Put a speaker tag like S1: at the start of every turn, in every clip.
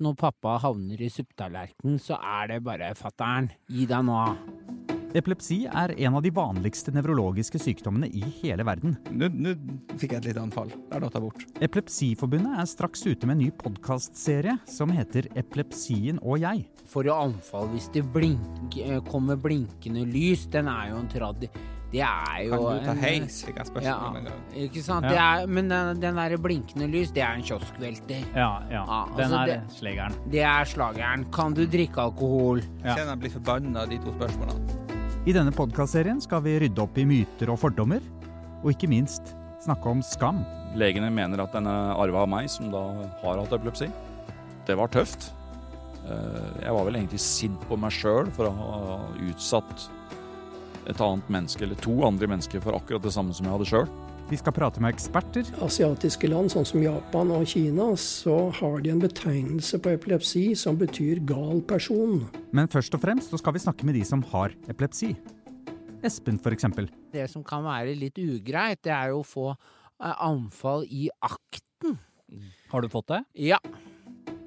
S1: når pappa havner i supptallerkenen, så er det bare 'fatter'n, gi deg nå'.
S2: Epilepsi er en av de vanligste nevrologiske sykdommene i hele verden.
S3: Nå, nå fikk jeg et lite anfall. Der datt jeg bort.
S2: Epilepsiforbundet er straks ute med en ny podkastserie som heter Epilepsien og jeg.
S1: For å anfall hvis det blink, eh, kommer blinkende lys, den er jo en tradi... Det er jo
S3: Kan du ta
S1: en-
S3: heis? Fikk jeg spørsmål om en
S1: Ja,
S3: gang.
S1: ikke sant?
S2: Ja.
S1: Det er, men den, den der blinkende lys, det er en kioskvelter.
S2: Ja, ja.
S1: Ja,
S2: Den
S1: altså
S2: er
S1: det-
S2: slegeren.
S1: Det er slageren. Kan du drikke alkohol?
S2: Ja.
S3: Kjenner jeg blir forbanna av de to spørsmålene.
S2: I denne podkastserien skal vi rydde opp i myter og fordommer, og ikke minst snakke om skam.
S4: Legene mener at den er arva av meg, som da har hatt epilepsi. Det var tøft. Eh, Jeg var vel egentlig sint på meg sjøl for å ha utsatt et annet menneske, eller to andre mennesker, for akkurat det samme som jeg hadde sjøl.
S2: Vi skal prate med eksperter,
S5: asiatiske land, sånn som Japan og Kina, så har de en betegnelse på epilepsi som betyr gal person.
S2: men først og fremst så skal vi snakke med de som har epilepsi. Espen, for eksempel.
S1: Det som kan være litt ugreit, det er jo å få eh, anfall i akt.
S2: Har du fått det?
S1: Ja.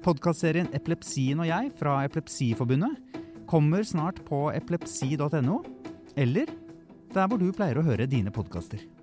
S2: Podkastserien Epilepsien og jeg fra Epilepsiforbundet kommer snart på epilepsi.no, eller der hvor du pleier å høre dine podkaster.